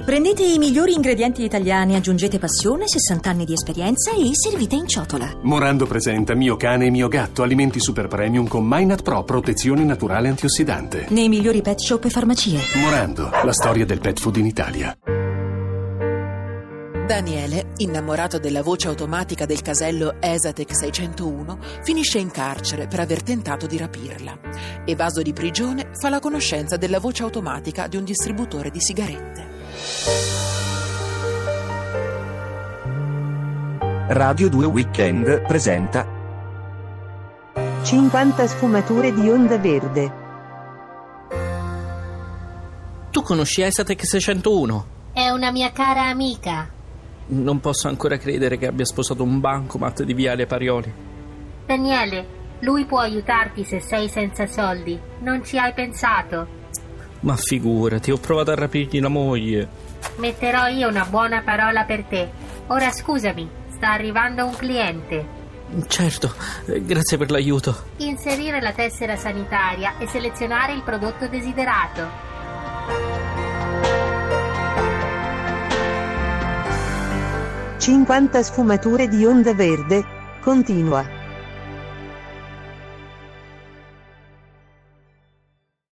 Prendete i migliori ingredienti italiani, aggiungete passione, 60 anni di esperienza e servite in ciotola. Morando presenta Mio cane e mio gatto, alimenti super premium con Minat Pro, protezione naturale antiossidante. Nei migliori pet shop e farmacie. Morando, la storia del pet food in Italia. Daniele, innamorato della voce automatica del casello Esatec 601, finisce in carcere per aver tentato di rapirla. Evaso di prigione, fa la conoscenza della voce automatica di un distributore di sigarette. Radio 2 Weekend presenta 50 sfumature di onda verde. Tu conosci Esatec 601? È una mia cara amica. Non posso ancora credere che abbia sposato un bancomat di Viale Parioli. Daniele, lui può aiutarti se sei senza soldi. Non ci hai pensato. Ma figurati, ho provato a rapirgli la moglie. Metterò io una buona parola per te. Ora scusami, sta arrivando un cliente. Certo, eh, grazie per l'aiuto. Inserire la tessera sanitaria e selezionare il prodotto desiderato. Cinquanta sfumature di onda verde. Continua.